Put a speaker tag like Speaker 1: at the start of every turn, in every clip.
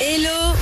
Speaker 1: Hello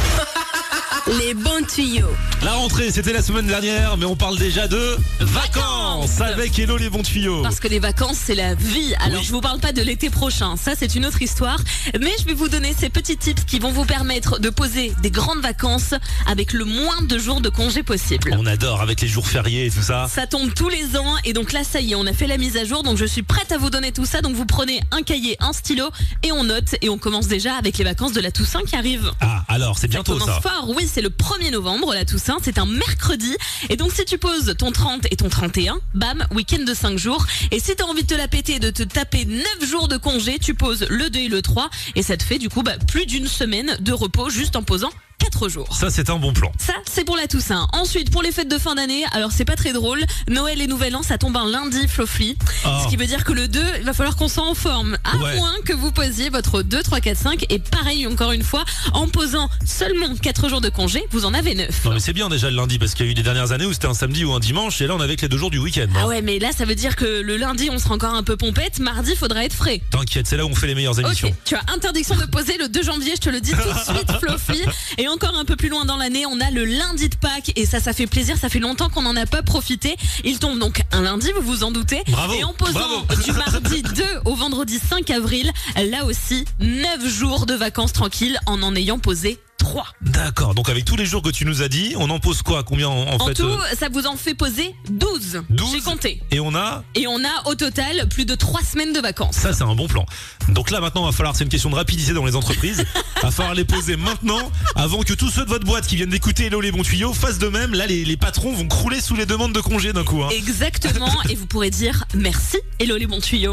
Speaker 1: Les bons tuyaux.
Speaker 2: La rentrée, c'était la semaine dernière, mais on parle déjà de vacances,
Speaker 1: Vacances.
Speaker 2: avec Hello les bons tuyaux.
Speaker 1: Parce que les vacances, c'est la vie. Alors,
Speaker 2: Oui.
Speaker 1: je vous parle pas de l'été prochain. Ça, c'est une autre histoire. Mais je vais vous donner ces petits tips qui vont vous permettre de poser des grandes vacances avec le moins de jours de congé possible.
Speaker 2: On adore avec les jours fériés et tout ça.
Speaker 1: Ça tombe tous les ans et donc là ça y est, on a fait la mise à jour donc je suis prête à vous donner tout ça donc vous prenez un cahier, un stylo et on note et on commence déjà avec les vacances de la Toussaint qui arrivent.
Speaker 2: Ah, alors, c'est bientôt
Speaker 1: ça
Speaker 2: ça.
Speaker 1: commence fort, oui, c'est le 1er novembre, la Toussaint, c'est un mercredi. Et donc, si tu poses ton 30 et ton 31, bam, week-end de 5 jours. Et si t'as envie de te la péter, de te taper 9 jours de congé, tu poses le 2 et le 3. Et ça te fait, du coup, bah, plus d'une semaine de repos juste en posant 4 jours.
Speaker 2: Ça, c'est un bon plan.
Speaker 1: Ça, c'est pour la Toussaint. Ensuite, pour les fêtes de fin d'année, alors c'est pas très drôle. Noël et Nouvel An, ça tombe un lundi, Flofli.
Speaker 2: Ah.
Speaker 1: Ce qui veut dire que le 2, il va falloir qu'on s'en en forme. À
Speaker 2: Ouais.
Speaker 1: moins que vous posiez votre 2, 3, 4, 5. Et pareil, encore une fois, en posant seulement 4 jours de congé, vous en avez 9.
Speaker 2: Non, mais c'est bien déjà le lundi, parce qu'il y a eu des dernières années où c'était un samedi ou un dimanche, et là, on avait que les deux jours du week-end. hein.
Speaker 1: Ah ouais, mais là, ça veut dire que le lundi, on sera encore un peu pompette. Mardi, faudra être frais.
Speaker 2: T'inquiète, c'est là où on fait les meilleures émissions.
Speaker 1: Ok, tu as interdiction de poser le 2 janvier, je te le dis tout de suite, Fluffy. Et encore un peu plus loin dans l'année, on a le lundi de Pâques. Et ça, ça fait plaisir, ça fait longtemps qu'on n'en a pas profité. Il tombe donc un lundi, vous vous en doutez.
Speaker 2: Bravo,
Speaker 1: et en posant
Speaker 2: bravo.
Speaker 1: du mardi 2 au vendredi 5 avril, là aussi, 9 jours de vacances tranquilles en en ayant posé 3.
Speaker 2: D'accord, donc avec tous les jours que tu nous as dit, on en pose quoi Combien en, en
Speaker 1: En
Speaker 2: fait
Speaker 1: tout,
Speaker 2: euh,
Speaker 1: ça vous en fait poser 12.
Speaker 2: 12.
Speaker 1: J'ai compté.
Speaker 2: Et on a
Speaker 1: Et on a au total plus de 3 semaines de vacances.
Speaker 2: Ça, c'est un bon plan. Donc là, maintenant, va falloir, c'est une question de rapidité dans les entreprises. va falloir les poser maintenant, avant que tous ceux de votre boîte qui viennent d'écouter Hello les bons tuyaux fassent de même. Là, les, les patrons vont crouler sous les demandes de congés d'un coup. hein.
Speaker 1: Exactement. et vous pourrez dire merci, hello les bons tuyaux.